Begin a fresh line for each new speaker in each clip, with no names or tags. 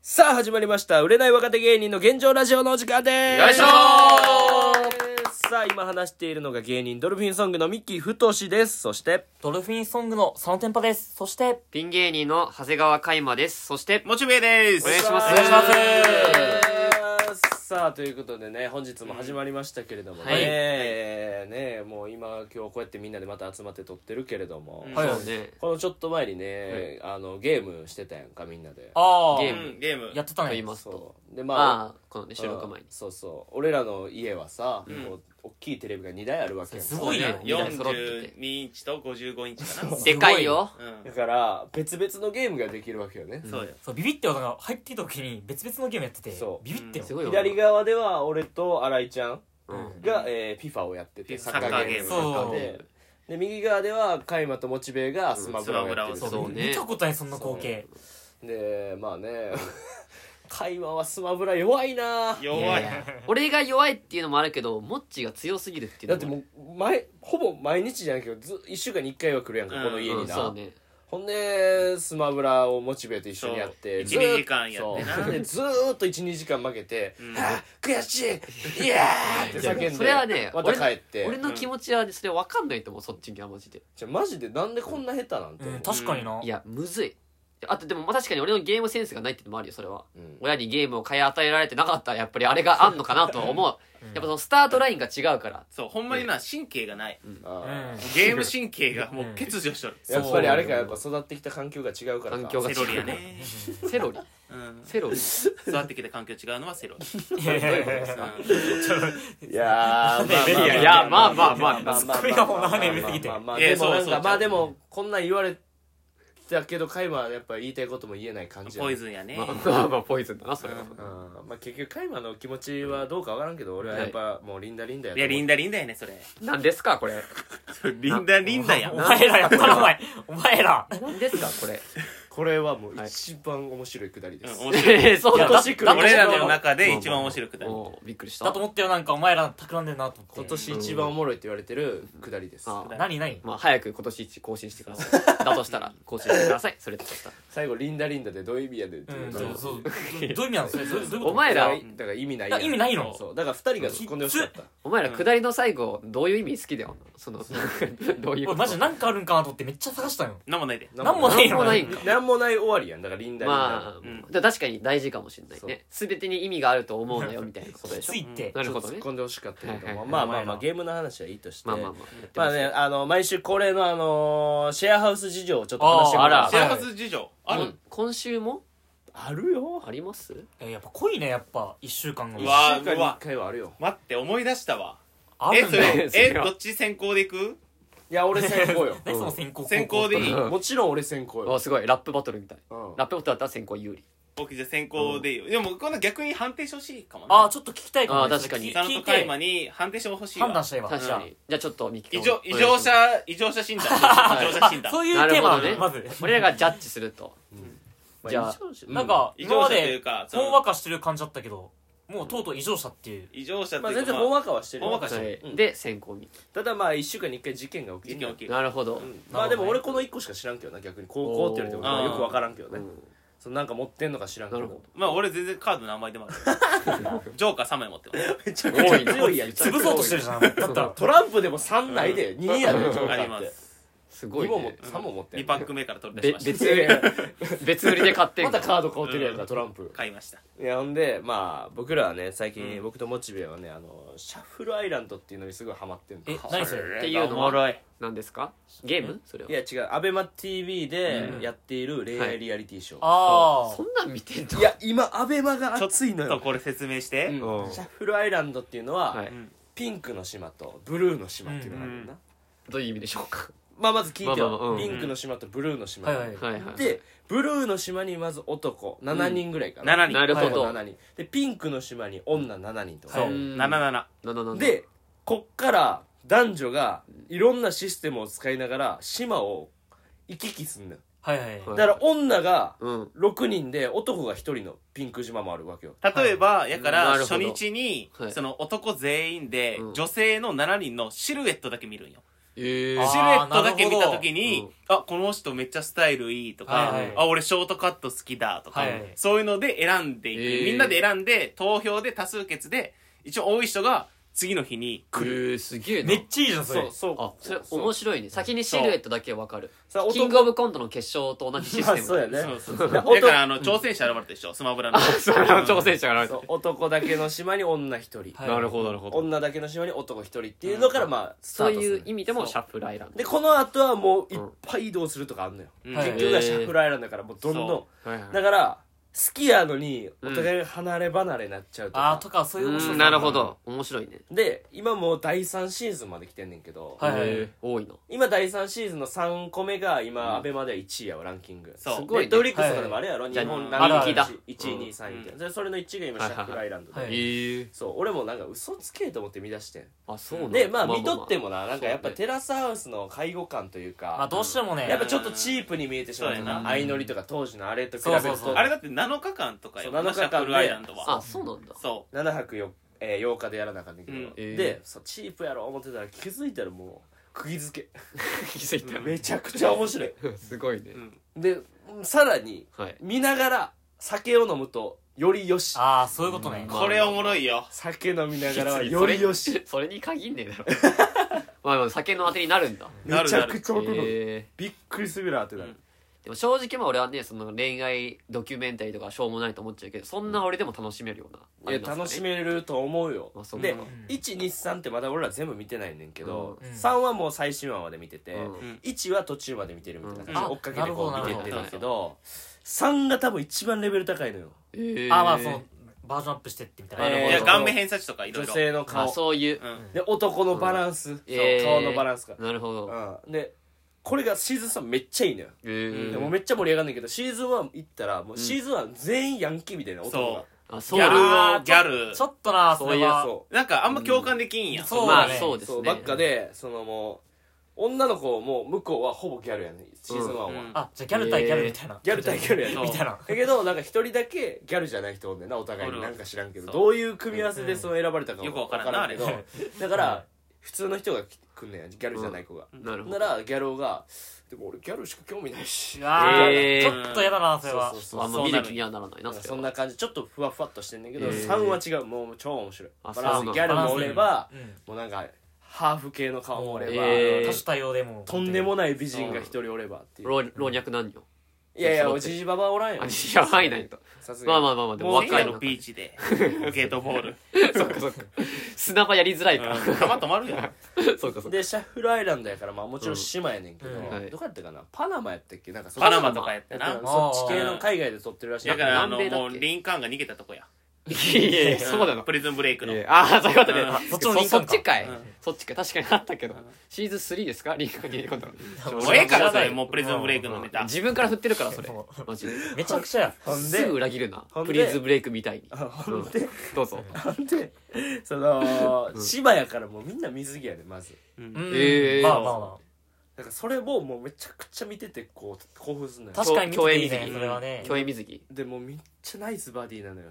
さあ始まりました売れない若手芸人の現状ラジオのお時間です
よいしょ
さあ今話しているのが芸人ドルフィンソングのミッキー太ですそして
ドルフィンソングの佐野天パです。そして、
ピン芸人の長谷川海馬です。そして、
モチベです。
お願いします
お願いします
さあということでね本日も始まりましたけれどもね、
はい
えーねもう今今日こうやってみんなでまた集まって撮ってるけれども、
うん
はい
そうね。
このちょっと前にね、あのゲームしてたやんかみんなで
ああ、
ゲ
う
ーム
んゲーム。
やって
と
た
言
ね
い。ますと。
そうでまあ
ああ、このね、収録前に
うん。そうそう俺らの家はさ、こう大きいテレビが2台あるわけやん
すごいよ
そうねみんな揃って
42インチと55インチかな。
て。でかいよ。
う
だから別々のゲームができるわけよね
ん、そうよ。
そう、ビビって俺が入ってきた時に別々のゲームやってて
そ、う
ビビってよ
す。ごいよ。
左側では俺と新井ちゃん
うん。
が、えー、FIFA をやってて
サ
サ
ッカ
ッカー
ー
ゲ
ゲ
ー
ー
ム
ム。
そう
とかでで右側ではカイマとモチベがスマブラをやってる
スマブラを
そ
そ、
ううね
見たことないそんな光景。
でまあね カイマはスマブラ弱いな
弱い。
やや
俺が弱いっていうのもあるけど、モッチーが強すぎるっていう
だっ
の
て
も
もう前ほぼ毎日じゃないけどず1週間に1回は来るやんか、
うん
この
あ
家
る。
に
うん
な、
そうね。
ほんでスマブラをモチベと一緒にやって
そう
ー
1-2時間やってな
そうでずーっと12時間負けて「
ん
あー悔しいイエーイ!」って叫んで
それはね、
また
俺
帰って
の俺の気持ちはそれ分かんないと思う、そっちにはマジで。
じゃあマジでなんでこんな下手なんて
う
思
ん、
う
確かにな。
いや、むずい。あとでも確かに俺のゲームセンスがないっていうのもあるよそれは、
うん
親にゲームを買い与えられてなかったらやっぱりあれがあんのかなとは思う、やっぱそのスタートラインが違うから
そう、ほんまにな、神経がない。
あ
う
ー
ん。
ゲーム神経がもう欠如しとる。
やっぱりあれかやっぱ育ってきた環境が違うからか
環境が
セロリやね。
セロリ
うん。
セロリ
育ってきた環境違うのはセロリ。
いやいやいやいや
いやーまあ
いやい
やまあまあまあ
ツッコミがもう斜め見すぎて
まあまあまあまあまあ
いや
でもなん
そうそ
か
う
まあでもこんなん言われたけどカイマはやっぱ言いたいことも言えない感じや
ポ
ね
イズンやね
ま。あまあまあポイズンだなそれは、
うん
うんまあ結局カイマの気持ちはどうかわからんけど俺はやっぱもうリンダリンダや
いや、リンダリンダやね、それ。
なんですかこれ
リンダリンダや
お。前らやったらお前、お前ら。
なんですかこれ
これはもう一番面白いくだりです
うん面白い
ええそう
いやだって
だって
俺らの中で一番面白いくだり。
おーびっくりした
だと思ったよ、なんかお前ら企んでるなと思
今
って。
年一番おもろいって言われてるくだりです
あー
何何
まあ早く今年一更新してくださいだとしたら更新してくださいそれだとしたら
最後リンダリンダでどういう意味やでって
う、
いうんの
そうそう。どういう意味なのそれ、どういうどういうこと
お前ら
だから意味ない
いや意味ないの
そうだから二人が突っ込んでほしかった
お前ら下りの最後どういう意味好きだよそのどういうこ
俺
と
マジでなんかあるんかなと思ってめっちゃ探したよ。
なんもないで。
なんもない
なんも
の
ない
に。
んか
なんもない終わりやんだからリンダリンダ、
まあ、
うん
だ確かに大事かもしれないね全てに意味があると思うなよみたいなことで しょ
ついて。
なるほど
突っ
ね
込んでほしかったけども、
はいはい
まあまあ
お前
まあ
ら
ゲームの話はいいとして
まあまあまあやって
ま
ま
あ
す
ね
よ
あの毎週恒例のあのシェアハウス事情をちょっと話してもらう
あー
シェアハウス事情。あ
う
る
ん今週も
あるよ
あります
えやっぱ濃いね、やっぱ、一週間
一
う
が。
わ
週間に一回はあるよ
待って、思い出したわ。
あ
え、
るん
そ
だ
ね
れ、え、
それは
どっち先行でいく
いや俺先行よ
何その先行
先行でいい
うん
もちろん俺先行
あ
よ、
すごいラップバトルみたい
うん
ラップバトルだったら先行有利
僕じゃあ先行でいいよ。でも、この逆に判定してほしいかも
ああ、
ち
ちょっと聞きたいかもね。
あー確かに
それ
佐
聞
野
い
とカイ
て
マ、に判定してほしいわ。
判断したいわ。
確かにじゃあちょっとミッキー
異常、
お
異
願いしま
常
す
者、異常者診断。異常者診
そ
断。
うい
な
う
る
テー
ほ
マ
ど
だね
ね、
まず。
俺らがジャッジすると
まあ
じゃあ
一緒し
なんか、
異
今
常
ま
者という
で、
か、そ
ほん
の
わかしてる感じだったけど、もうとうとう異常者っていう。
異常者
う
と
んまあ
い
全
うか、
然
ま
ほん
あ
わかはしてるよ
ほんわかし
は
て
い
うん
で先行ミ
ただまあ一週間に一回事件が
事
起きる
件起きる。
なるほど
うんまあでも俺この一個しか知らんけどな逆に高校って言われても
おー
まあよくわからんけど
う
ね
ん
そのなんか持ってんのか知らんけ
なるほ
ど
まあ俺全然カードの名前でもある。ジョーカー3枚持ってます。
めちゃ
くちゃ強い
やん
潰そうとしてるじゃん。だったら。
トランプでも3ないで2やでジョーカ
あり
ーっ
ま
て
す。
すご
2
い
も持っ
ね
て3も持ってん
2
の
パック目から取り出
べ
しまし
別売り
いやい
別売りで買って
ま
ん
た
の
カード買うてるやんかトランプ
た。買いました。
いやほんでまあ僕らはね最近
うん
僕とモチベはねあのシャッフルアイランドっていうのにすごいハマってんの
え、何それ
っていうのは
おもろい。
何ですかゲームそれはい
や違うアベマ t v で
うん
やっている恋愛リアリティショー
あ
そんなん見てんの
いや今アベマが
ちょ
熱いの
っと
よ
これ説明し
うん
て。
シャッフルアイランドっていうのは、
はい
うん
ピンクの島とブルーの島っていうのがあるんだな、
どういう意味でしょうか
まあまず聞いてよ、
まあまあうん
ピンクの島とブルーの島、
はいはい
はいはい
でブルーの島にまず男7人ぐらいかな、
7人。
なるほど
男7人でピンクの島に女7人とか、
そうう。
ん
77。
なななな
でこっから男女がいろんなシステムを使いながら島を行き来すんのよ
あ。はいはい。
は
だから女が
うん
6人で男が1人のピンク島もあるわけよ
例えば、やか
な
ら
るほ
初
ど
日に
はい
その男全員で
うん
女性の7人のシルエットだけ見るんよ
え
あ
シルエットだけ見た時に、あ、この人めっちゃスタイルいいとか、
はいはい
あ、俺ショートカット好きだとか、
はい
そういうので選んでいく、
えー
みんなで選んで、投票で多数決で、一応多い人が次の日に
え
来る。
ー、すげえな
めっちゃいいじゃんそ
そ
れ
うそう
あそれ
そう
面白いね先にシルエットだけわかる
さあ男
キングオブコントの決勝と同じシステム
まあそうやね
そうそうそう
いや
だ
ほんと
から、あの、挑戦者現れたでしょ、スマブラの。
それは挑戦者が現れ
そう
て
男だけの島に女一人、
はい
なるほどなるほど
女だけの島に男一人っていうのからまあスタ
そう
ートする
いう意味でもシ
そう
ャッフルアイラン
でこの後はもういっぱい移動するとかあんのよ、
うん
はい
結局はシャッフルアイランドだからもうどんど
ドはいは
ん
い
だから好きやのにお
うん
互い離れ離れになっちゃうと
あー
か、
とかそういう面白
う
さ
んなるほど面白いね
で今もう第3シーズンまで来てんねんけど、
はいはい
えー多いな
今第3シーズンの3個目が今、アベマでは1位やわランキング
そう
ネ
すご
ッ
いね
トフリックスとかでもあれやろ、
い
日本ランキング
あるあ
る
1位2位3位みたいな、でそれの1位が今シャッフルアイランドで、
はいはいはい
ええ
そう俺もなんか嘘つけと思って見出してん
あそうなんだ
でまあ見
ま
とってもななんかやっぱ
そうね
テラスハウスの介護官というか、
まあどうしてもね
やっぱちょっとチープに見えてしまう
そううや
な
な
相乗りとか当時のあれと比べると
そうそうそう
あれだって7日間とかよ、
そう7日間で
シャッフルアイランドは。
あそうなんだ
そ
7泊 8,、えー8日でやらなあかんねんけど、
うん
えー
でそうチープやろ思ってたら気づいたらもう釘付
気づい
けめちゃくちゃ面白い
たすごいね
う。うん。
でさらに
はい
見ながら酒を飲むとよりよし
ああそういうことね
まあ
これおもろいよ。
酒飲みながらはよりよし
それに限んねえだろまあでも酒の当てになるんだ
め
なる
ち
な
ゃ
る
くちゃ怒る、
え
びっくりするなってなる、
うん
ーでも正直まあ俺はねその恋愛ドキュメンタリーとかしょうもないと思っちゃうけどそんな俺でも楽しめるような
や
い
楽し
め
めると思うよ
あそう
で
うん
123ってまだ俺ら全部見てないねんけど、
うん
3はもう最新話まで見てて、
うん
1は途中まで見てるみたいな感じで
うん
追っかけてこ
あ
う見てってる
なるほど
んだけど3が多分一番レベル高いのよ
えー
あーまあそのバージョンアップしてってみたいな
えー
い
なる
や、
ほど
顔面偏差値とかいろ
女
いろ。
性の
あ
顔
そういう
うん。
で男のバランス、そう
えー
顔のバランスが、
なるほど
うん、でこれがシーズン3めっちゃいいのよ
えー
でもめっちゃ盛り上がんねんけどシーズン1行ったらもうシーズン1全員ヤンキーみたいな男が
そ
あそ
ギ
う
ャル
だ
を、ギャル
ち。ょっとなそ
そう
れ
いう
は
そ
なんかあんま共感できんやん。
そう
ま
だ
あ
ね
そう
う
です
そう
ね
ばっかでそのもう女の子も向こうはほぼギャルやねんシーズン1は、
うん
あじゃあギャル対ギャルみたいな
ギャル対ギャルやねん
そう
みたいな
だけどなんか一人だけギャルじゃない人おんねんなお互いになんか知らんけど
そう
どういう組み合わせでその選ばれたか
よくわからん
わ
な
けどだか
は
ら普通の人が来来んねんやギャルじゃない子が、
なるほ
な
ど
らギャル男が「でも俺ギャルしか興味ないし」
うわー
えー
ちょっとやだなそれは
そうそう
あん
そう
ま見る気にはならない
な
なん
か
れ
そ
は
んな感じちょっとふわふわっとしてんねんけど、
えー
3は違うもう超面白い
あ
バランス
そうなんだ
ギャルもおれば
うん
もうなんかハーフ系の顔もおれば、
えー
多種多様でも
とんでもない美人が一人おればっていう
老老若男女
いやいやおじじばばおらんよ
あいや入ないと
さすが
まあ
に
まあまあまあでも
もう
若
若い
い
の
の
ビーチで、ゲートボール。
そっかそっか砂場やりづらいか
うん弾止まるやん。
そうかそうか
でシャッフルアイランドやからまあもちろん島やねんけど、
うん
はい
どこやったかなパナマやったっけなんかそっち
パナマとかやって
やっ
な
た。なそっち系の海外で撮ってるらしい
だから、あの、
南米だっ
も
け
う、リンカーンが逃げたとこや。
いやいやそうなの
プリズンブレイクの。
えーああそういうことね
うん
そ
そ
っ
っ
ち
ちのリ
そっち
ンカーンか
かい、
うん
そっちか確かにあったけど、シーズン3ですかリンカーンに今度
もうええ
知
から、そ
らな
れ、
い
もうプリズンブレイクのネタ。
自分から振ってるからそれ
そ
マジで
めちゃくちゃや
ほん
すぐ
で
裏切るな
ほん
プ
で
リーズブレイクみたいに
あほんで
どうぞ、
ほんでその島やからもうみんな水着やでまず
うん
うん
えー
まあまあま
だからそれももうめちゃくちゃ見ててこう興奮すんのよ
あ確かに見てていい
共演
ね
水
着
それはね
競泳水着
でもうめっちゃナイスバディなのよ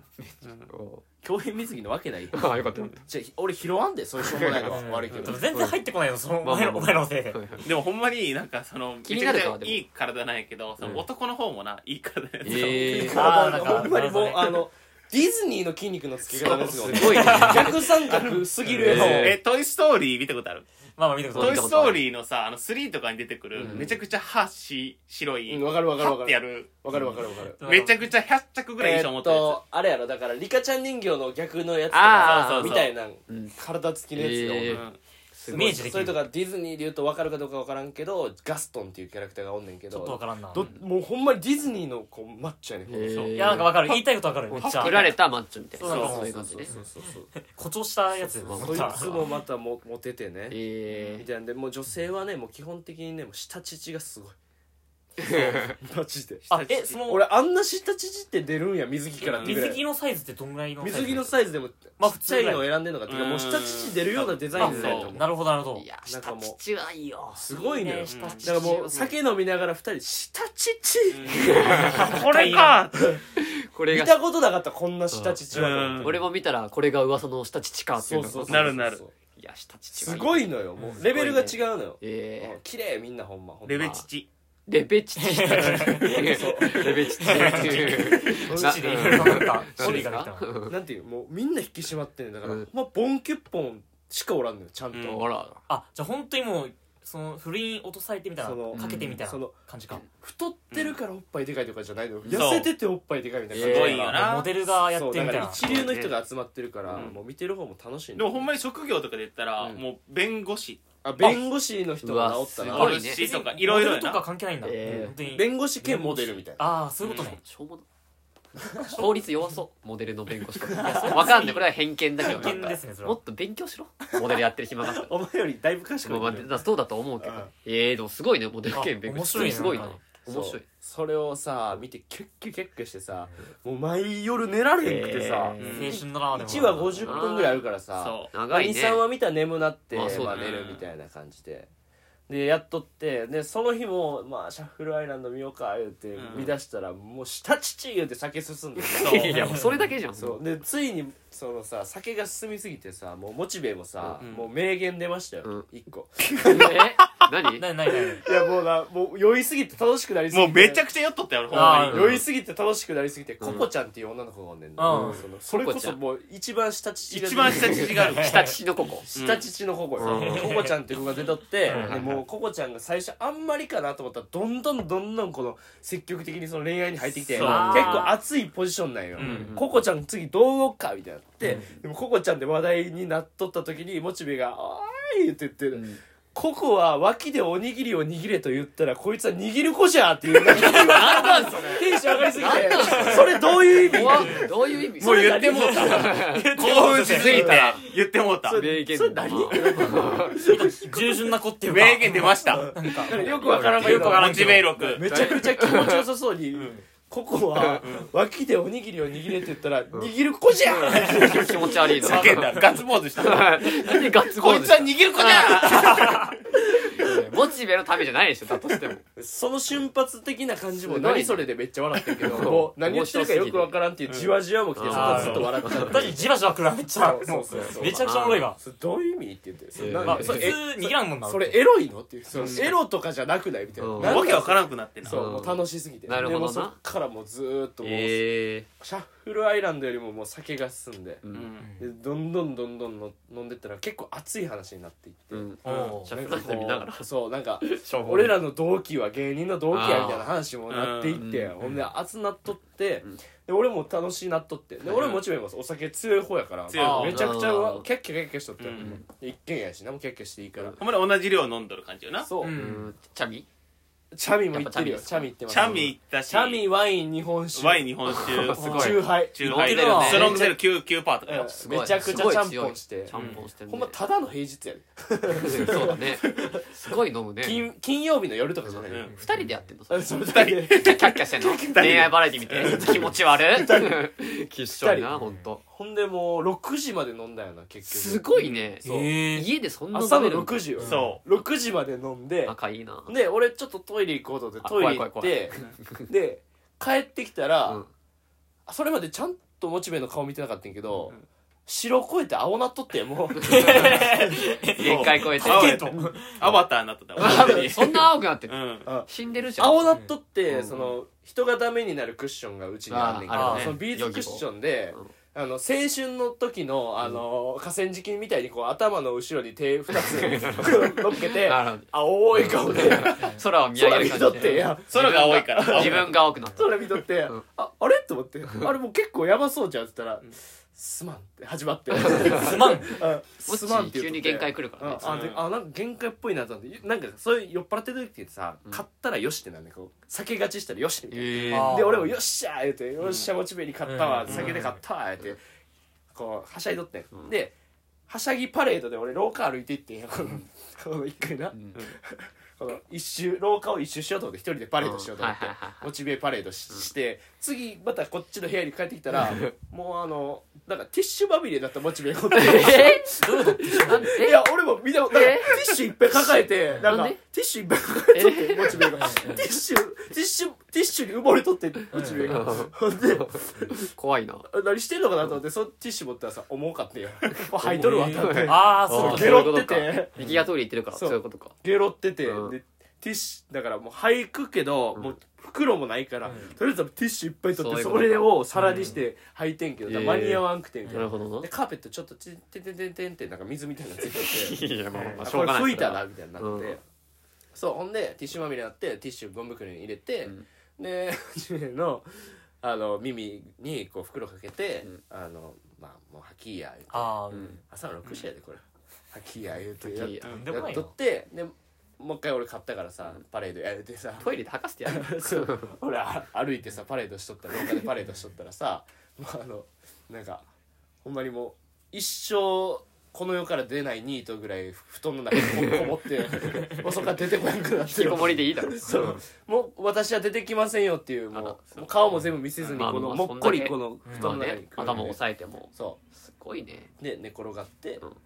お
競泳水着のわけない
ー あよかったよかっ
じゃあ俺拾わんでそういうしょうもないのは
うん
悪いけど
でも全然入ってこないよそのお
まあまあま
前
あ
のお前のせいで
たはいはい
でもほんまになんかその、め
気
ち
にな
ゃく
る
ち
か
ゃ
でも
いい体なんやけど、その男の方もな、いい体やね
えー
あ
あ
ーな
ー
ん
なん
か
か
ほんまにもう
なるほどね
あのディズニーの筋肉のつけ方ですよ
すごいね
逆三角すぎるやろ
えー
え、トイストーリー見たことある
まあまあ見てくだ
そ
ト
う
イ
さ
ストーリーのさ、あの3とかに出てくる、
うん
めちゃくちゃ歯し、白い、
うんわかるわかるわ
パ
か
ッてや
る
る、
わかるわかるわかる
い
めちゃくちゃ100着ぐらい
え
衣
ーっ
装持ってるやつ。
とあれやろだからリカちゃん人形の逆のやつと
あ
か
ー
そうそうそう
みたいな
うん
体つきのやつよ
えー
うん
す
イ
ご
メ
い
ージで
そ
き
れと
る
かディズニーで言うと分かるかどうか分からんけどガストンっていうキャラクターがおんねんけ
ちょっと
ど
わからんな
どもうほんまにディズニーのこうマッチョやねんこの人
えー
いやなんかわかる言いたいことわかるめっちゃ
作られたマッチョみたいな
そう
そう
そう
いう感じね
そうそうそうそう
誇張したや
そ
つ
う
そいつもまたもモテてねみ
え
たいなんでもう女性はねもう基本的にねもう下乳が すごいマジで
あえその
俺あんな下乳って出るんや水着からってぐら
水
い
着のサイズってどんぐらいの
水着の
サ
サイズでもち
まあ
っちゃいのを選んでるのかっていうか
うん
もう下乳出るようなデザイン
ズ
だ
だ
よ
よ
と思
と思
う
なるほどなるほ
ー、い
ど
や
なんか
下
もう
乳はいいよ
すごいのよ
ね下乳
だからもう酒飲みながら二人下乳
これか
これ
見
が
たことなかったこんな下乳はと思って
うん
俺も見たらこれが噂の下乳かっていうのが
そうそうそう
なるなる
いや下父
すご
い
いのよも
うん
うレベルが違うのよ
え
うん綺麗みんなほんまほんま
レベチチ
レベチチ。レベチチ。
お
な
乳でいろいろなんか種類ができたの
なんていうもうみんな引き締まってんねんだから、
うん
ほんまボンキュッポンしかおらんのよちゃんと、
うん
ほら。
あじゃあ本当にもうその不倫落とされてみたいな
その
かけてみたいな
その
感じか
太ってるからおっぱいでかいとかじゃないの、
ん
痩せてておっぱいでかいみたいな
うん
感じだから
すごいよな
モデルがやって
そ
み
うだ
たい
から
な
一流の人が集まってるから、
うん
もう見てる方も楽しいね
でもほんまに職業とかで言ったら、
うん
もう弁護士
あ弁護士の人が治った
う
ら
わすごい
殺しとかいろいろ
モ
や
デルとか
な
関係ないんだ
ええ
本当に
弁護士兼モデルみたいな
ああそういうことね
しょうもな。法律弱そう。モデルの弁護士とか。わかんない。これは偏見だけど。
偏見ですねそれ
も
は
っと勉強しろ。モデルやってる暇があったら。
お前よりだいぶ賢い
まあ、まあそうだと思うけど。ええでもすごいね、モデル兼弁護士。
あ面白いね
すごい
な
なん
か。
面白い。
それをさ見てキュッキュキュッキュしてさもう毎夜寝られへんくてさ、
え
ー
青春ドラマでも
1話50分ぐらいあるからさ
そう
長いね。
23話見たら眠なって、
まあそう
ま
だ
あ、
ね
寝るみたいな感じで。でやっとってでその日も、まあ、シャッフルアイランド見ようか言うて
うん
見出したら、もう下乳言うて酒進ん でさ
いや、もうそれだけじゃん。
そうでついにそのさ酒が進みすぎてさもうモチベもさ、
うん
もう名言出ました
う
よ、一1個
え何
ないないな い
いやもうなもう酔いすぎて楽しくなりすぎ
も
て
うめちゃくちゃ酔っとったよほんま
あー
酔いすぎて楽しくなりすぎて、ココちゃんっていう女の子がおんねんな、
うん
そのそれこ
ココちゃ
そ
ん
もう一番下乳
に
が
一番下乳が ある
下父のここ。
下乳の保護よ、
うん
ココちゃんっていう子が出とって、
うん
でもうココちゃんが最初あんまりかなと思ったらどんどんどんどんこの積極的にその恋愛に入ってきて
そ
結
う
構熱いポジションなんよ、
うん
ココちゃん次どう動くかみたいになって、でもココちゃんで話題になっとった時にモチベが「あーい!」って言ってる、ココは脇でおにぎりを握れと言ったらこいつは握る子じゃーっていうなんか
なんなんそれ
テンション上がりすぎてそれどういう意味
怖っどういう意味
もう言ってもうた興奮しすぎて言ってもうた
そ
名言
それ何
ま
従順な子っていうか
名言出ま した
なんか
よくわからんけ
よ
ど
くわからん記名録
めちゃくちゃ気持ちよさそうに、ココは脇でおにぎりを握れって言ったら、握る子じゃん
あ気持ち悪いな
叫んだガッツポーズした
なんでガッツ ポ
こ
ー
い
ズ
つ
した
は握る子じゃ
モチベのためじゃないでしょだとしても
その瞬発的な感じも
すごいね
何それでめっちゃ笑ってるけど
うん
もう何言ってるかよくわからんっていうじわじわも来て
うん
そこはずっと笑っちゃっ
確かにじわじわくるわめっちゃ
そうそうそうそう
めちゃくちゃおもろいわ
それどういう意味って言ってそれ,な、
まあ
そ
普
れ
通
え
逃げらんもんな
それエロいのっていうそのエロとかじゃなくないみたい な,
うん
なん
ん
か
わけわからんくなってな
そう
うん
もう楽しすぎて
なるほどな
でもそっからもうずーっともう、
え
シャッフルアイランドよりももう酒が進んで
えう
うんん
でどんどんどんどんの飲んでったら結構熱い話になっていって、
うん
お
シャッ
ー
なん
フル
かこ
アイランド見ながら
うそうなんか
ぼ
俺らの同期は芸人の同期や
あー
みたいな話もなっていって、
うん
ほんで熱なっとって、
うん
で俺も楽しいなっとってで俺ももちろんお酒強い方やから
強い方
めちゃくちゃ
あー
キャッキャキャッキャしとって、
うん
で一軒家やし何もキャッキャしていいから、
ほんまに同じ量飲んどる感じよな
そう、
うん
うんチャミ
チャミも行ってるよ
やっぱ
チャミ行ってます
チャミ行ったし
チャミワイン日本酒
ワイン日本酒
すごい
チューハイ
チューハイ
飲んでるよね
ストロングゼロ99%とか
う
よ
ん
すごい
めちゃくちゃちゃんぽんして
ちゃんぽんしてるね
ほんまただの平日やで、
そうだねすごい飲むね
金金曜日の夜とかじゃない、
う
よ
ん
二人でやってんのそ
あ
れ
それだけで
キャッキャしてん の恋愛バラエティ見て気持ち悪いきっしょいな本当
ほんでもう6時まで飲んだよな結
す
局
ごいね
そう
へー
家でそんな
朝の
食べる
6時よ
そ
6時まで飲んで
仲いいな
で俺ちょっとトイレ行こうと思って
あ
トイレ行っ
怖い
てで帰ってきたら、
うん
あそれまでちゃんとモチベの顔見てなかったんやけど、白超えて青なっとって もう
限界超えて
青
ケ
や
ント
アバターにな ってた
あ
本当に
そんな青くなってる
うん
死んでるじゃん
青なっとって、
うん
その人がダメになるクッションがうちにあんねんけ
あ
ど、
あるね
そのビーズクッションで
ヨギボー、
あの青春の時のあの、河川敷みたいにこう頭の後ろに手2つ 乗っけて
なるほど
青い顔で
空を見上
空
げ
見
る
と
感
っ
じ
ていや
空が青いから
自分が青くなった
空見とって、ああれと思ってあれもう結構やばそうじゃんって言ったら「すまん」って始ま って「
すまん
あ
も
すまん」っ言うとっ
して
て
急に限界来るからね
ああであなんか限界っぽいなと思ってなんかそういう酔っ払ってる時ってさ、買ったらよしってなんだこう酒勝ちしたらよしみたいな。
え
あ
で俺も「よっしゃ!」言うて「よっしゃモチベに買ったわ
うん
酒で買ったわ」言うてこうはしゃいとってんではしゃぎパレードで俺廊下歩いていってんやこのこの一回な この一周廊下を一周しようと思って一人でパレードしようと思って
うんはいはいはい
モチベパレードしして次またこっちの部屋に帰ってきたらもうあのなんかティッシュまみれだったモチベがこっちに
え
どういうこと
なん
いや俺も見たことなんかティッシュいっぱい抱えてなん
な
か
んで
ティッシュいっぱい抱えとってモチベがティッシュティッシュティッシュに埋もれとってモチベがほんで
え怖いな
何してんのかなと思ってそのティッシュ持ったらさ重かったよもう履いとるわってなって
ああそう
あ
か
ー
ゲロって
そういう
て
右がトイレ行ってるから
そ
そうういうことか
ゲロってて
うん
でティッシュだからもう履くけどもう袋もないからとりあえずティッシュいっぱい取って
そ
そう
い
れ
う
を皿にして履いてんけど
うん
だから間に合わんくてみたい
なる
な
ほど
でカーペットちょっとてんてんてんてんてんってなんか水みたいなのついてて
ないやまあ まあまあ
あ
し
こ
ょう
れ
がない
拭いたなみたいになって、
うん
そうほんでティッシュまみれになってティッシュゴミ袋に入れて、
ん
でジュエのあの耳にこう袋かけて、
ん
あのまあもう吐きや言うて
あ
朝の6時やでこれ吐きや言うてや
ト
っ
イレ
あとんでも
や
な
っ
い
と
な
ってでもう一回俺買ったからさパレードやれてさ
トイレで吐かせてやる
そう 俺あ歩いてさパレードしとったら廊下でパレードしとったらさ もうあのなんかほんまにもう一生この世から出ないニートぐらい布団の中にここも ってもうそっから出てこなくなって
引きこもりでいいだろ
そうもう私は出てきませんよっていうもう
あら
もう顔も全部見せずに
まあ
この
まあ
もっこりこの布
まあ
団の中に
ね
くるんで
頭を押さえても
そ
すごいね
うで寝転がって
うん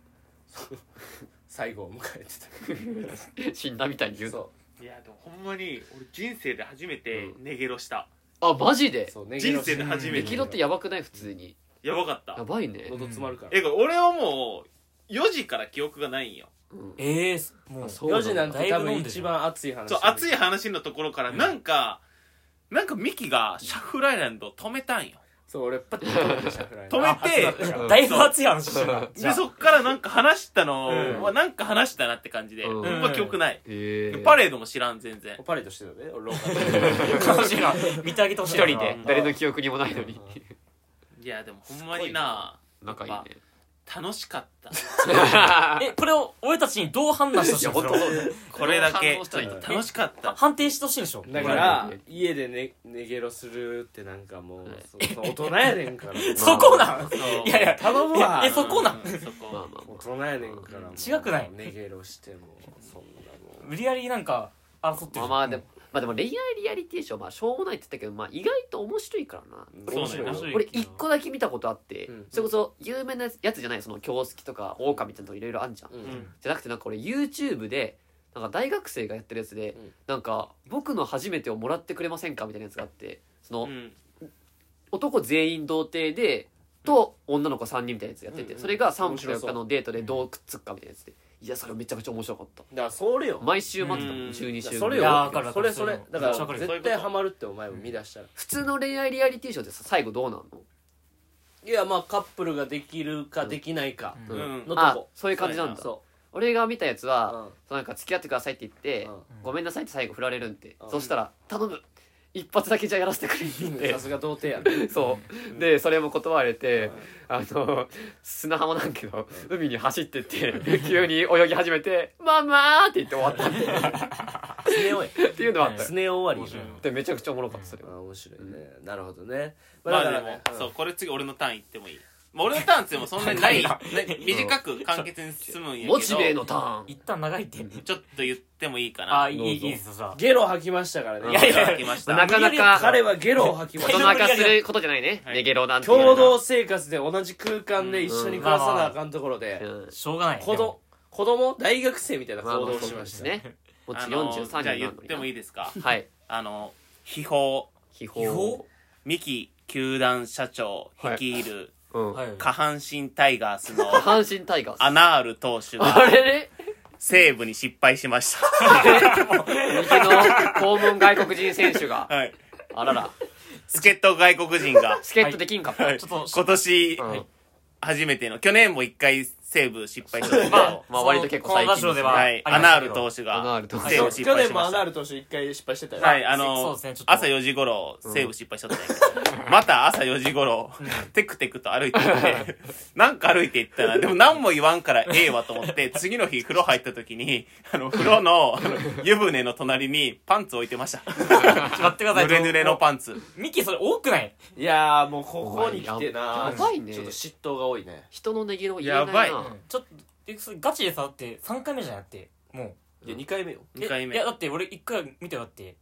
最後を迎えて
死んだみたいに言
た
う
そ
いやでもほんまに俺人生で初めて寝ゲロした、
あマジ
う
で
そう寝
人生で初め
激
て
ロってやばくない普通に
やばかった
やばいね
喉詰まるから
え俺はもう4時から記憶がないんよ
うん
ええもう
そう
4時なんて多
だいぶ
分
飲んでる
一番熱い話
そう熱い話のところからなんか、なんかミキがシャッフルアイランドを止めたんよ
そう俺パッて止めてシャフライ
止
の
めて
だいぶ熱い話してたじゃ
で
あ
そっからなんか話したの
うん
はなんか話したなって感じで、
うん
僕は記憶ない、
え
パ
レ
レードも知らん全然
パレードしてたね俺廊下で
彼女 が見てあげてほしい
一
な
人で誰の記憶にもないのに
いやでもほんまにな
仲いいね
楽しかった
えこれを俺たちにどう判断してほし
いや
いんで
本当
すか
そうだよ
これだけ
この反応したらいいんだ
楽しかった
判定してほしいんでしょ
だ から家でね寝ゲロするってなんかもう
はい
そそ大人やねん から
そこなん
そう
いやいや
頼むわ
えそこなん
うんそ
まあ
こ
まあ
大人やねんからもう
違くない
寝ゲロしてもそんなも
無理やりなんか争って
まあまあ
る
でもまあでも恋愛リアリティーショーまあしょうもないって言ったけどまあ意外と面白いからな
う
そ
面白
うね
いよ
面白い
俺一個だけ見たことあって、
うん
それこそ有名なやつじゃないその京介とか狼みたいなのいろいろあんじゃん、
うん
じゃなくてなんか俺 YouTube でなんか大学生がやってるやつで、
うん
なんか「僕の初めてをもらってくれませんか?」みたいなやつがあってその、
うん
男全員童貞でと女の子3人みたいなやつやってて、
うん
それが3
面
泊
白そう
4日のデートでどうくっつくかみたいなやつでいやそれめちゃくちゃ面白かった
だからそれよ
毎週待ってたもん
うん
12週
それ
いや
よ
わかるわ
そ
か
れ
る
それだ
それ
か
めっちゃわからる
絶対ハマるってお前も見出したら
普通の恋愛リアリティショーってさ最後どうなんの
いやまあカップルができるかできないか
うん
うん
の
あ
とこ
そういう感じなんだ
そ
俺が見たやつ
う
は、
うん
そうなんか付き合ってくださいって言って、
うん
ごめんなさいって最後振られるんで、
うん
そしたら「頼む一発だけじゃやらせてくれ」
さ
っ
すが童貞やね
て そうでそれも断れて、あの砂浜なんけど海に走ってって 急に泳ぎ始めて「ママ!」って言って終わったっ
スネ夫や
ていうのはあったよ
スネ夫終わ
面
り
白い
や
でめちゃくちゃおもろかったそれは
あ面白いね、なるほどね
まあ
だ
で
から
も
ね、
そう、これ次俺のターン行ってもいい。まあ俺のターンってもそん なにない、ね短く簡潔に進むんやけど。
モチベのターン
一旦長いって
ちょっと言ってもいいか
あ
な。
あいい
どうぞ
いいですよじゃあ
ゲロ吐きましたからね、
うん
いやいや、来ました。
なかなか
彼はゲロを吐きま
大
し
人
た
化することじゃないね、
はい
ネゲロなんていうの
共
は
同生活で同じ空間で一緒に暮らさなあかんところ
う
で、
ん
しょうがない
子供子供大学生みたいな
まあ
行
まあ
動を
そ
し
う
ま
で
し
す
たね、
ねもう
あの
43人な
じゃあ言っ
のに
てもいいですか。
はい
あの、秘宝、
秘
違法
宝
ミキ球団社長率いる
うん
はい
下半身タイガースの
阪神タイガース
アナール投手
あ
が
れれ
西武に失敗しまし
右 の肛門外国人選手が
た。 はい。
あらら
助っ人外国人が、
助っ人できんかった、
はい
ちょっと
今年
うん
初めての、去年も一回西武失敗したけ
まあ
ど、
まあ割と結構
こ
最
の
近です
ラジ
ね
オでは
はい、アナール投手が
アナール投手
西武失
去
敗
年
し
も
ま
ア
し
ナー
た。
ル投手一回失敗してたよ、
はい、あの
そうですねちょっ、と
朝4時頃、セーブ失敗しとったんやけど、また朝4時頃、テクテクと歩いてって、なんか歩いていったら、でも何も言わんからええわと思って、次の日風呂入った時に、あの、風呂の、あの湯船の隣にパンツ置いてました。
待ってください
濡れ濡れのパンツ。
ミキそれ多くない
いやーもうここに来てな
やばいね
ちょっと嫉妬が多いね
人のネギロ言えないな
やばい
ちょっとえそれガチでさだって3回目じゃなくてもう
いや2回目よ
え
2回目。
いやだって俺1回見てよだって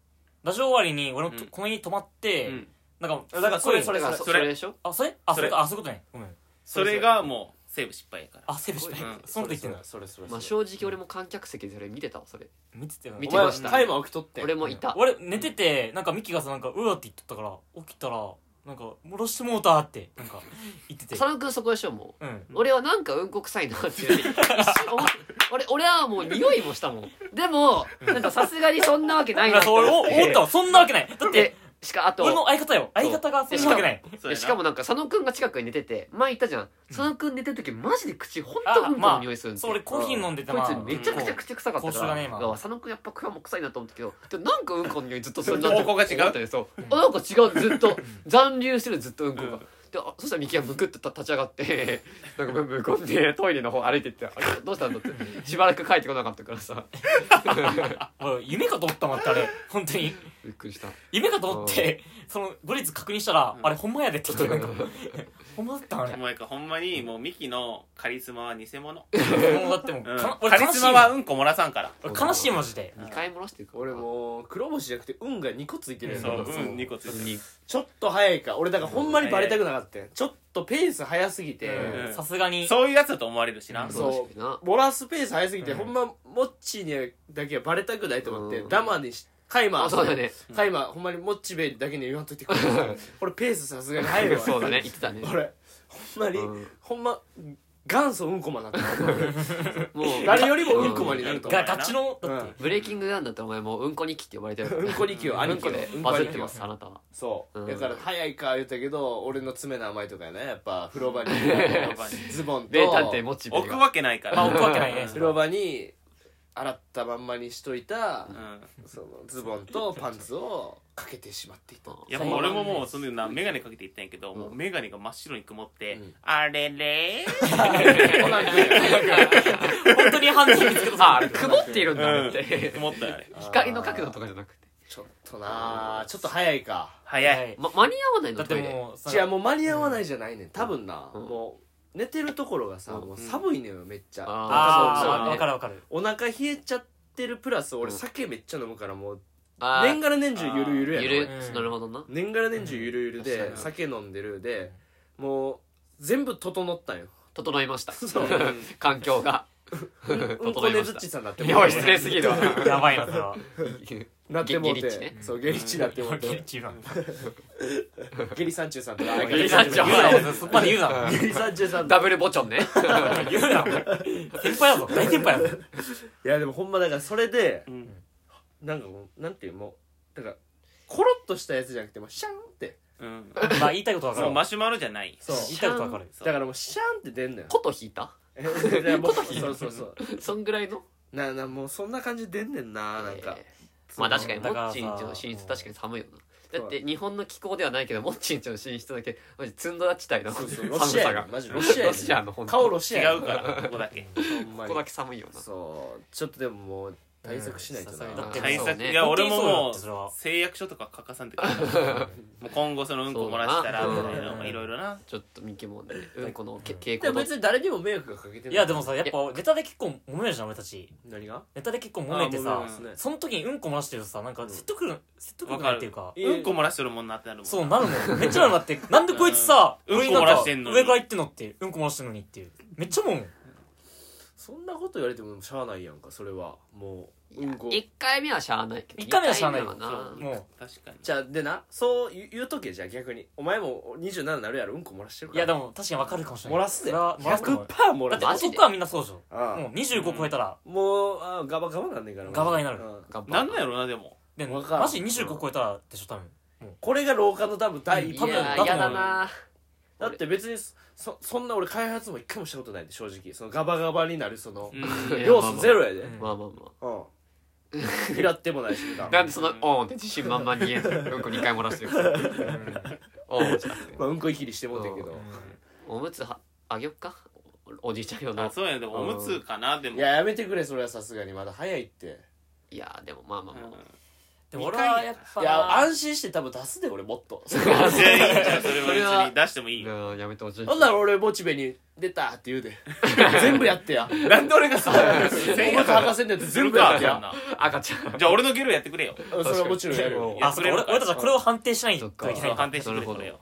ラジオ終わりに俺のと、
うん
この家に泊まって、
うん
なんか
だから
それそれ
が
そ
そ
れ
そ
そ
れ
れでしょ
あそれあ
そ
そ
れ
れかあそういうことねごめん
それがもうセーブ失敗やから
あセーブしたい
うん
そのこと言ってんだ
それそれ
まあ
それ
正直俺も観客席でそれ見てたわそれ
見てたよ
見
お
て
前
ました
タイマー起きとって
俺もいた
俺寝ててなんかミキがさなんかうわって言っとったから起きたらなんか戻してもうたってな んか言ってて
佐野君そこでしょもう
うん
俺はなんかうんこ臭いなって言って一瞬思って俺俺はもう匂いもしたもんでもなんかさすがにそんなわけない
だか
な
ら
と
そう
思
お
って
思ったわそんなわけないだって
でしかあと
俺の相方よ相方がそんなわけない
そうや
え
な
しかもなんか佐野くんが近くに寝てて前言ったじゃん佐野くん寝てる時マジで口ほんとうんこの匂いするんで
そう俺コーヒー飲んでたな
こいつめちゃくちゃ口臭かった
口臭
から、
がね今
佐野くんやっぱ今も臭いなと思ったけどでもなんかうんこの匂いずっとするな
方向が違う
ってそうあなんか違うずっと残留してるずっとうんこが。であそしたらミキがむくっと立ち上がって なんかむむこんでトイレの方歩いてって「あれどうしたんだ?」ってしばらく帰ってこなかったからさ
俺夢かと思ったもんってあれ本当に
びっくりした
夢かと思ってその後日確認したらあれほんまやでって言ってなんか ほんまだったんあれ
お前かほんまにもうミキのカリスマは偽物、
もうだってもう
うん
か
カ
俺
リ
悲しいも
スマ
ん
はうんこ漏らさんから
俺悲しいマジで
2回漏らしてるから
俺もう黒星じゃなくて運が2個ついてるやん
そう
そう
うん2個ついてる
ちょっと早いか俺だからほんまにバレたくなかったよちょっとペース早すぎて、
ん
さすがに
そういうやつだと思われるしな、
ん
そう確かにな
漏らすペース早すぎて、
うん
ほんまモッチーにだけはバレたくないと思って、
うん
ダマにしカイマー
あそうだね
カイマーほんまにモッチベだけに言わんといてください俺ペースさすがに早いわ
そうだね言ってたね
俺ほんまに、
うん
ほんま元祖うんこまなって
もう
誰よりもうんこまになると思う
がガチのだって
ブレイキングダウンだったらお前もううんこ日記って呼ばれてるから
うんこ2級兄
うん
貴
こ
で
で
うんこ
バズっ
兄
て
貴
ますあなたは
そう、
うん
だから早いか言ったけど俺の爪の甘いとかやねやっぱ風呂場に ズボンと
名探偵モッチベ
置
が
くわけないから、
まあ置くわけないね
風呂場に洗ったまんまにしといた、
うん
そのズボンとパンツをかけてしまっていた
やっぱ俺ももうそのな眼鏡かけて行ったんやけど、もう眼鏡が真っ白に曇って、あれれ
本当に犯人見つけた
あ
さ
あれ曇っているんだあれっ
ー
て
曇ったよあれ
光の角度とかじゃなくて
ちょっとなあちょっと早いか
早い、
ま間に合わない
だ
の
って
トイレ
もうさ
違うもう間に合わないじゃないねん多分な、
うん
もう寝てるところがさ、
うん
もう寒いのよめっちゃ、
あ
ああ
そうそう
分かる分かる
お腹冷えちゃってるプラス俺
うん
酒めっちゃ飲むからもう
あ
年がら年中ゆるゆるや
ゆ
ね
る
うん
なるほどな
年がら年中ゆるゆる
うん確
で
かに
酒飲んでるでもう全部整ったんよ
整いました
そう
環境が
うんこねずっちさんなって
い
も
や失礼すぎるわ
やばいなそれは
なってもう
ゲリッチ
て
ね
そうゲリッチなってもう
ゲ
て
リチな
ゲリサンチュさんとか
ゲリサンチュ
言うなよそこまで言うな
ゲリサンチュさんと
ダブルボチョンね
言うな先輩やぞ大先輩やぞ
いやでもほんまだからそれで、なんかもうなんていうもうだからコロッとしたやつじゃなくてもうシャンって
うん、
まあ言いたいこと分か
そう
る
マシュマロじゃない
そう
言いたいこと分かる
だからもうシャンって出んのよ
こと引いた
えだからもうそうそうそう
そんぐらいの
ななもうそんな感じ出んねんななんか、
えーまあ確かにモ
だから
ッ
さ
チンチの寝室確かに寒いよな
そう
だって日本の気候ではないけどモッチンチの寝室だけマジツンドラ地帯の
そう
寒
そうロシア
さ
や
が
んマジロシアやん
ロシアの本当
顔ロシアや
違
ん
うからここだけ
ほんま
こ
に
こだけ寒いよな
そうちょっとでももう対策しないとな、
うん
だって
対
そう
策
ね
いや俺もも
本当にそうよ
う誓約書とか書かさんといけないからもう今後そのうんこ漏らしたら
そう
み
だな
たいなのもいろいろな
ちょっとミキもねうんこのけ傾
で
向
も
の
別に誰にも迷惑がかけてない
いやでもさやっぱネタで結構揉めるじゃん俺たち
何が
ネタで結構揉めて
あ揉
さ
めますね
その時にうんこ漏らしてるとさなんか説得力説得力ないっていうか
いや
うんこ漏らしてるもんなってなるもん
そうなるもんめっちゃなるなってなんでこいつ さ
うん
上になんか
うんこ漏らしてんのに
上から行ってんのってうんこ漏らしてんのにっていうめっちゃもん
そんなこと言われてもしゃあないやんかそれはもううんこ
1回目はしゃあないけど
一回目はしゃあない
二
よ
回目はな
もう
確かに
じゃあでなそう言う言うとけじゃあ逆にお前も27なるやろうんこ漏らしてるか
い
ら
やでも確かに分かるかもしれな
漏
い
らすで
それは漏らすと
100%
思う
漏
だ
らす
って
マジで
男はみんなそうじゃ
ああ
んもう25超えたら
もうあガバガバなんねんから
ガバガバになる
うん
頑張
な
ろうん
なんやろなでも
で
わ
マ
かる
ジ25超えたらでしょ多分
これが廊下の多分第
い
一
多
歩
い
分
だ
やー
多分
嫌だな
だって別にそそんな俺開発も一回もしたことないんで正直そのガバガバになるその
うん
いや
要素ゼロやで
うん
まあまあまあ
うん嫌ってもないしみたい
なん
な
でその「おーん」って自信満々に言えんのうんこ2回漏らしてるからおーんした
まあうんこいきりしてもうてんけど
おむつはあげよっかおおじいちゃん用
あ
の
そうやねでもおむつかなで
い
も
ややめてくれそれはさすがにまだ早いって
いやーでもまあまあまあ
うん
でも俺はやっぱ
いや安心して多分出すで俺もっ と
いやいいじゃんそれ
それ
は
は
別に出してもいいよ
やめてほしい
ほんなら俺モチベに「出た」って言う で全部やってや
なんで俺がさ
大本博士のやつ
す
全
る
部や
か
ってや
赤ちゃん
じゃあ俺のゲルやってくれよ
うんそれはもちろんやるよ
確
あそれ俺俺たちはこれを判定しないといけないん
そう
だ
判定してくれこれよ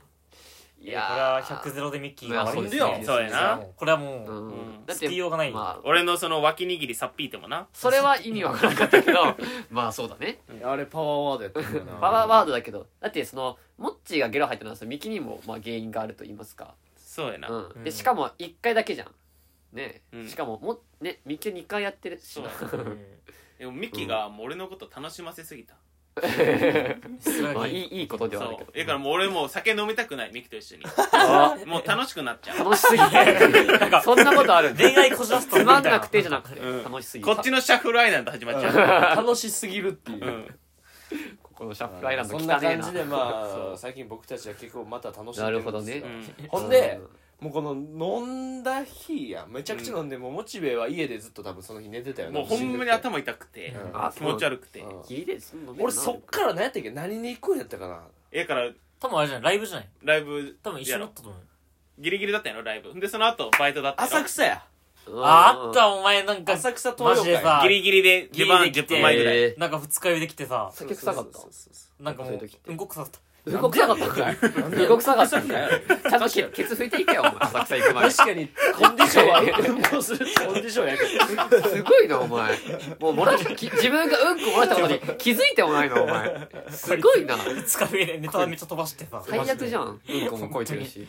い
いやこれは
ー
100ゼロでミッキー
ま
が
あ
悪
そ
いうで
ですす
ね
ね
そうやな
これはも
う
う、
んだっ
救
て
いようがない
まあ
俺のその脇握りさっぴいてもな
それは意味わからなかったけど まあそうだね
あれパワーワードやったんだよな
パワーワードだけどだってそのモッチーがゲロ入ったのはそのミキにもまあ原因があると言いますか
そうやな、
うん、
う
で
ん
しかも1回だけじゃんね、
うん
しかももねミキ2回やってるしな
そう
う
でもミキがもう俺のこと楽しませすぎた、
んスラ
まあ
ギ
いいいいことでは
そ
ないうけど
だからもう俺もう酒飲みたくないミキと一緒に
あ
もう楽しくなっちゃう
楽しすぎてそんなことある
恋愛こじらすと
つまんなくてじゃなくて、
うん
楽しすぎて
こっちのシャッフルアイランド始まっちゃう
楽しすぎるっていううん
ここのシャッフルアイランド汚
そん
ね
な
えな
感じでまあ最近僕たちは結構また楽しんで
な
る
る
んですよ
ほ
ほ
どね
んでもうこの飲んだ日やめちゃくちゃ飲んでもうモチベは家でずっと多分その日寝てたよね
もうほんまに頭痛くて、
うん
あ
気持ち悪くて、
うん
いいです飲めるな
俺そっから何やったっけ何に行くんやったかな
ええから
多分あれじゃないライブじゃない
ライブ
多分一緒になったと思う
ギリギリだったやろライブでその後バイトだったやろ
浅草や
うん
ああったお前なんか
浅草
マ
東洋
ジで
館
さ
ギリギリで出番
ギリで来
10
て
分前ぐらい、
え
なんか二日酔いできてさ
酒臭かった
なんかも
そういう
う
時って
うんこくさかった
ー動かなかったんかい動かなかったんかいちゃんとケケツ拭いていけよお前 浅草行く前に
確かにコンディションは運動するコンディションやけど
すごいなお前もう漏らしき自分がうんこ漏らしたことに気づいてもないなお前すごいな
二日酔いでネタめっちゃ飛ばしてさ
最悪じゃ
ん
んうんこもこいてるし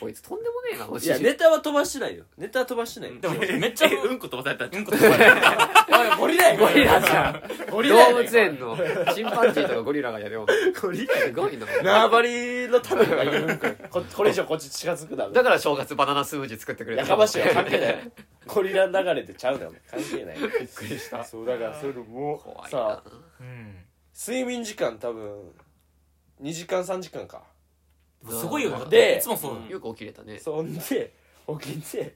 こいつとんでもねえなお
いやネタは飛ばしてないよネタは飛ばしてないよ
でもめっちゃ
えうんこ飛ばされたんちゃ
う
うん
こ飛ばして
おいゴリラや
ゴリラじゃん
ゴリラや
動物園のチンパンジーとかゴリラがやるよ
ゴリラ
すごいな
縄張りのために言うん かいここれ以上こっち近づくな
だから正月バナナスムージー作ってくれた
やかましいわ関係ないゴリラ流れてちゃうの関係ないびっくりしたそうだからそれも
怖いな
さあ
うん
睡眠時間多分2時間3時間か
でもすごいよだって
で
いつもそうだよ
よく起きれたね
そんで起きて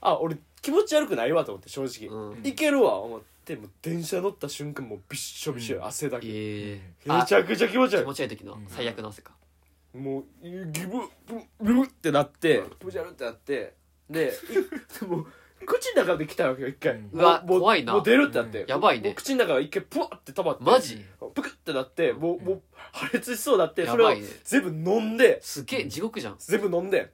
あ俺気持ち悪くないわと思って正直、
うん
いけるわ思ってもう電車乗った瞬間もうびっしょびしょよ、
うん
汗だけめ
ええ
ちゃくちゃ気持ち
気
悪
持ち悪い時の最悪の汗か
いもうギブブブってなって気持ち悪ってなってでい もう口の中で来たわけよ一回
うん
も
うわ
も
怖いな
もう出るってなって、
うん
やばい
もう
ね
口の中が一回プワって溜まって
マジ
プクってなってもうもう破裂しそうになって
や
それを
ばいね
全部飲んです
げえ地獄じゃん
全部飲んで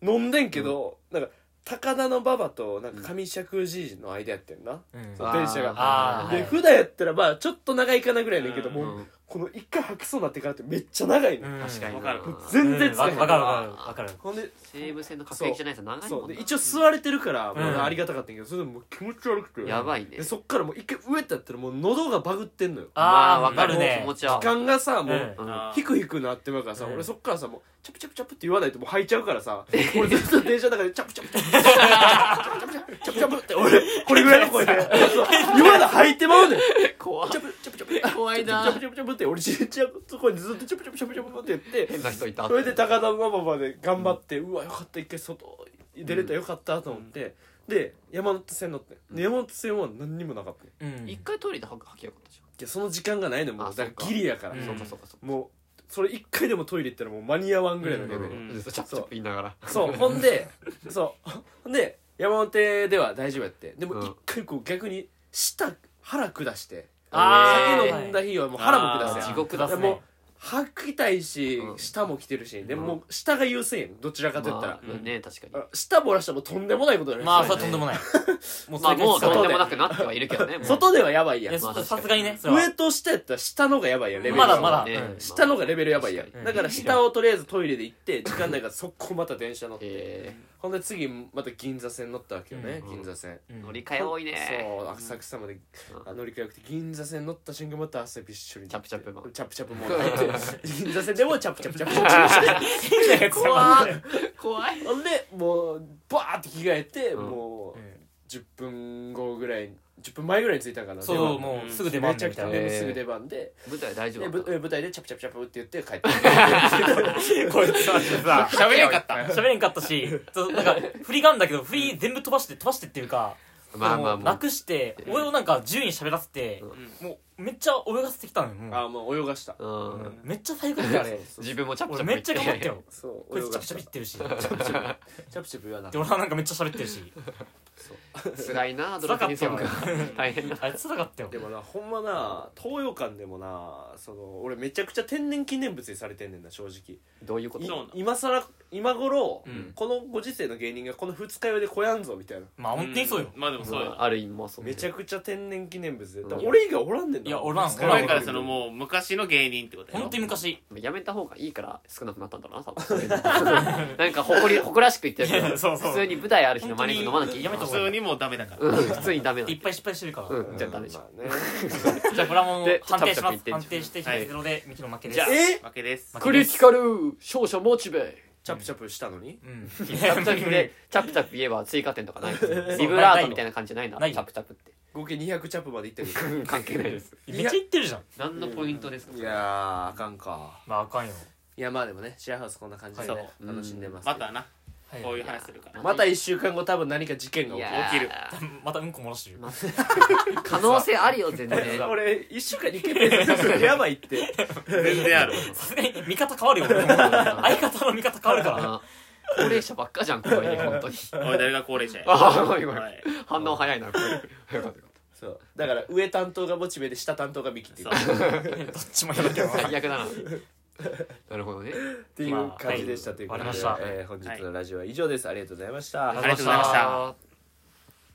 ん飲んでんけど、なんか高田の馬場となんか上尺じいの間やってんな、
うん
そう電車が
あー
で
はい
普段やったらまあちょっと長いかなぐらいだけど、
うん
も
う
うんこの一回吐きそうになってからってめっちゃ長いの、
うん
確かに
わかる
うん
全然つかへん、
うんわかるわかるわかる
ほんで
西武線の各駅じゃないです長い
そ
も
うん
な
で一応座れてるから
ん
まだありがたかったんやけど、それでももう気持ち悪くて
やばいね
でそっからもう一回上ってやったらもう喉がバグってんのよ
ま
あ
あ
ー
わかる
わかる
ね
ね
気持ち
時
は
間がさもう、
うん
あー
ヒクヒクなってまうからさ、
うん
俺そっからさもうチャプチャプチャプって言わないともう吐いちゃうからさ俺ずっと電車の中でチャプチャプチャプチャプチャプチャプチャプチャプって俺これぐらいの声でそう言わない吐いてまうねん
怖い
チャプチャプチャプチャプ
怖い
チ
な
ャプチャプチャプって俺ちっちゃいとこにずっとチャプチャプチャプチャプって言って
変な人いた
それで高田馬場まで頑張って、うわよかった一回外出れたよかったと思って、で山手線乗ってで山手線は何にもなかったい
うん
一回トイレで吐く吐きやかったじ
やその時間がないのも
あ
うだ
そ
か
っから
ギリやから、
うん
ゃんそうかそうかそうか
もうそれ一回でもトイレ行ったらもう間に合わんぐらいの
う
レ
ん
ベル、
うんずっとチャプチャプ言いながら
そうほんで そうほんで山手では大丈夫やってでも
うん
一回こう逆に舌腹下して
あー
酒飲んだ日はもう腹も下
あー
す
地
やん
獄だ
で
ね
もう吐きたいし
うん
舌も来てるしでももう舌が優先やんどちらかといったら
まあね確かに
あ舌漏らしたらもうとんでもないことになる
まあそれはとんでもないもう
まあもう
外
とん
で
でもなくなってはいるけどねもう
外ではやばいや
い
ん
や
ま
そ
あ
うさすがにねそれは
上と下やったら下の方がやばいやんレベル
まだまだ
ね
うん
下の方がレベルやばいやん
確かに
だから下をとりあえずトイレで行って時間ないから速攻また電車乗って
え
ほんで次また銀座線乗ったわけよね、
うん
銀座線
う
ー
ん
乗り換え多いね
そう浅草まで
うん
あ乗り換えよくて銀座線乗った瞬間また汗びっしょり
チャプチャプも
チャプチャプも入って銀座線でもチャプチャプチャプチャプして
怖い怖い
ほんでもうバーって着替えて、
うん
もう
うん
10分後ぐらい10分前ぐらいに着いたんかな
そう
出番
もうすぐ出
め
番
ちゃ
で
くち
みた
ゃ
いな
ね
すぐ出番で
舞台大丈
で
夫
ぶ
だった
舞台でチャプチャプチャプって言って帰ってき
こいつささ
喋れんかった
喋れんかったしそうなんか振りがあるんだけど振り全部飛ばして飛ばしてっていうか
まあまあ
もう
も
な
う
くして俺をなんか自由に喋らせてもうめっちゃ泳がせてきたのよもう
あーもう泳がした
うん
めっちゃ最高だよあ れ
自分もチャプチ
俺
ャプ
めっちゃ頑張ったよ
そう
こい
泳
つチャ
が
プ
し
チ
た
ャプ言ってる し
チャプチャプ言わな
で
かっ
俺はなんかめっちゃ喋ってるし
辛いなドラキンソング
辛
大変だ
あれつらかったよ
たでもなほんまな東洋館でもなその俺めちゃくちゃ天然記念物にされてんねんな正直
どういうこと
い
そうなん
今さら今頃、
うん
このご時世の芸人がこの二日酔いでこやんぞみたいな
まあ本当にそうよ
んまあでもそう
ま
よ
あある意味もそう
めちゃくちゃ天然記念物で、だから
うん
俺以外おらんねんない
やおらん
二日
お
酔い
ら
前
ん
か
で
らそのもう昔の芸人ってことやろ
本当に昔
やめた方がいいから少なくなったんだろうな 多分なんか誇り誇らしく言ってるけど
そうそう
普通に舞台ある日のマネージ飲まなきゃいけ
やめた方
普
がいい
通にもうダメだから
うん普通にダメない
っぱい失敗してるから、
うんじゃあダメじゃん
まあね
じゃあこれはもう
で
判定しま
チャプチャプ言っ
す
てんじゃん
判定して左ゼロでミキの負けです、
じゃあ
え
負けです
負
クリ
けで
ティ
す
カル勝者モチベ
チャプチャプしたのに
うん
チャプチャプでチャプチャプ言えば追加点とかない リブラートみたいな感じじゃないんだ
ないよ
チャプチャプって
合計200チャプまでいったけど
うん関係ないです
めっちゃ言ってるじゃん
何のポイントですか
いやーあかんか
まああかんよ
いやまあでもねシェアハウスこんな感じで、
はい
ね楽しんでます
またな
はい
こういう話するから
また1週間後多分何か事件が
い
起
や
こ
ー
起きる
またうんこ漏らしてる、
ま可能性あるよ全然
る俺1週間に1回ペースやばいって
全然ある
さすがに見方変わるよ俺も相方の見方変わるから
あ高齢者ばっかじゃんこの家本当に
おい誰が高齢者や
あごめんごめん
はい
反応 早いなこれよかったよかっ
そうだから上担当がモチベで下担当がミキっていう
そう
どっちもやるけど
た最悪だななるほどね
っていう感じでしたということで、
まあはい
えー本日のラジオは以上です、ありがとうございました、
ありがとうございました